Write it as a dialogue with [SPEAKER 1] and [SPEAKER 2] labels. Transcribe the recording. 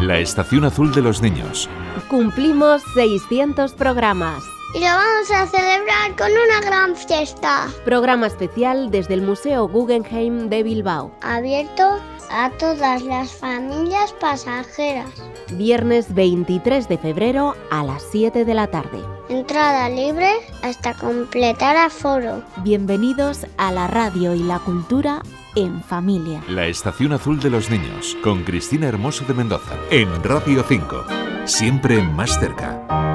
[SPEAKER 1] La Estación Azul de los Niños.
[SPEAKER 2] Cumplimos 600 programas.
[SPEAKER 3] Y lo vamos a celebrar con una gran fiesta.
[SPEAKER 2] Programa especial desde el Museo Guggenheim de Bilbao.
[SPEAKER 3] Abierto a todas las familias pasajeras.
[SPEAKER 2] Viernes 23 de febrero a las 7 de la tarde.
[SPEAKER 3] Entrada libre hasta completar aforo.
[SPEAKER 2] Bienvenidos a la radio y la cultura en familia.
[SPEAKER 1] La Estación Azul de los Niños. Con Cristina Hermoso de Mendoza. En Radio 5. Siempre más cerca.